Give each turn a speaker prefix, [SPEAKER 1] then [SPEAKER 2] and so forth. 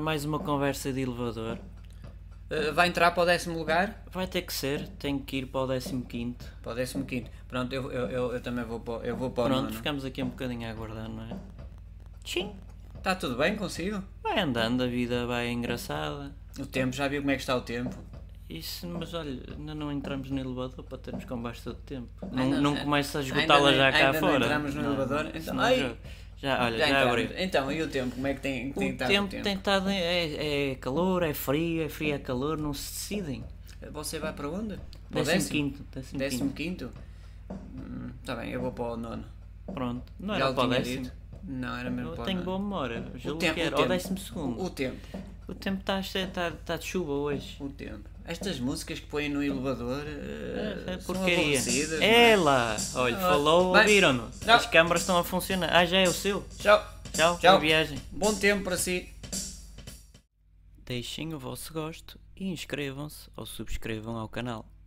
[SPEAKER 1] mais uma conversa de elevador.
[SPEAKER 2] Eh, vai entrar para o décimo lugar?
[SPEAKER 1] Vai ter que ser, tenho que ir para o 15.
[SPEAKER 2] Para o décimo quinto. Pronto, eu, eu, eu, eu também vou para, o- eu vou para
[SPEAKER 1] Pronto,
[SPEAKER 2] o nono.
[SPEAKER 1] ficamos aqui um bocadinho a aguardar, não é? Sim.
[SPEAKER 2] Está Tá tudo bem consigo?
[SPEAKER 1] Vai andando, a vida vai engraçada.
[SPEAKER 2] O tempo, já viu como é que está o tempo?
[SPEAKER 1] Isso, mas olha, ainda não entramos no elevador para termos com bastante tempo. Não,
[SPEAKER 2] Ainda-
[SPEAKER 1] não começa a
[SPEAKER 2] é. ainda
[SPEAKER 1] esgotá-la
[SPEAKER 2] não-
[SPEAKER 1] já cá
[SPEAKER 2] ainda não
[SPEAKER 1] fora.
[SPEAKER 2] entramos no elevador? Então,
[SPEAKER 1] senão
[SPEAKER 2] ai!
[SPEAKER 1] já, já, olha,
[SPEAKER 2] Já
[SPEAKER 1] já,
[SPEAKER 2] entramos.
[SPEAKER 1] abri.
[SPEAKER 2] Então, e o tempo? Como é que tem, tem
[SPEAKER 1] O
[SPEAKER 2] estado
[SPEAKER 1] tempo,
[SPEAKER 2] o tempo?
[SPEAKER 1] tem estado. em- É, é calor, é frio, é frio, é calor, não se decidem.
[SPEAKER 2] Eh, Você vai para onde? Para
[SPEAKER 1] Décimo
[SPEAKER 2] o décimo?
[SPEAKER 1] quinto, décimo
[SPEAKER 2] Décimo
[SPEAKER 1] quinto.
[SPEAKER 2] quinto? Hum, Está bem, eu vou para o nono.
[SPEAKER 1] Pronto, não
[SPEAKER 2] Já
[SPEAKER 1] era
[SPEAKER 2] o
[SPEAKER 1] para o
[SPEAKER 2] tinha
[SPEAKER 1] décimo.
[SPEAKER 2] dito. Não, era mesmo
[SPEAKER 1] Eu
[SPEAKER 2] para o
[SPEAKER 1] tenho
[SPEAKER 2] nono.
[SPEAKER 1] boa memória. Julgo
[SPEAKER 2] tempo,
[SPEAKER 1] que
[SPEAKER 2] o
[SPEAKER 1] era ao
[SPEAKER 2] tempo.
[SPEAKER 1] décimo Oh, um segundo.
[SPEAKER 2] O tempo,
[SPEAKER 1] O tempo está tá, tá de chuva hoje.
[SPEAKER 2] o tempo. Estas músicas que põem no elevador eh,
[SPEAKER 1] É
[SPEAKER 2] são
[SPEAKER 1] porcaria.
[SPEAKER 2] aborrecidas, não é?
[SPEAKER 1] É lá! Olha,
[SPEAKER 2] Ah,
[SPEAKER 1] falou,
[SPEAKER 2] vai.
[SPEAKER 1] ouviram-no.
[SPEAKER 2] Tchau.
[SPEAKER 1] As câmaras estão a funcionar. Ah, já é o seu.
[SPEAKER 2] Tchau.
[SPEAKER 1] Tchau,
[SPEAKER 2] Tchau.
[SPEAKER 1] boa viagem.
[SPEAKER 2] Bom tempo para si.
[SPEAKER 1] Deixem o vosso gosto e inscrevam-se ou subscrevam ao canal.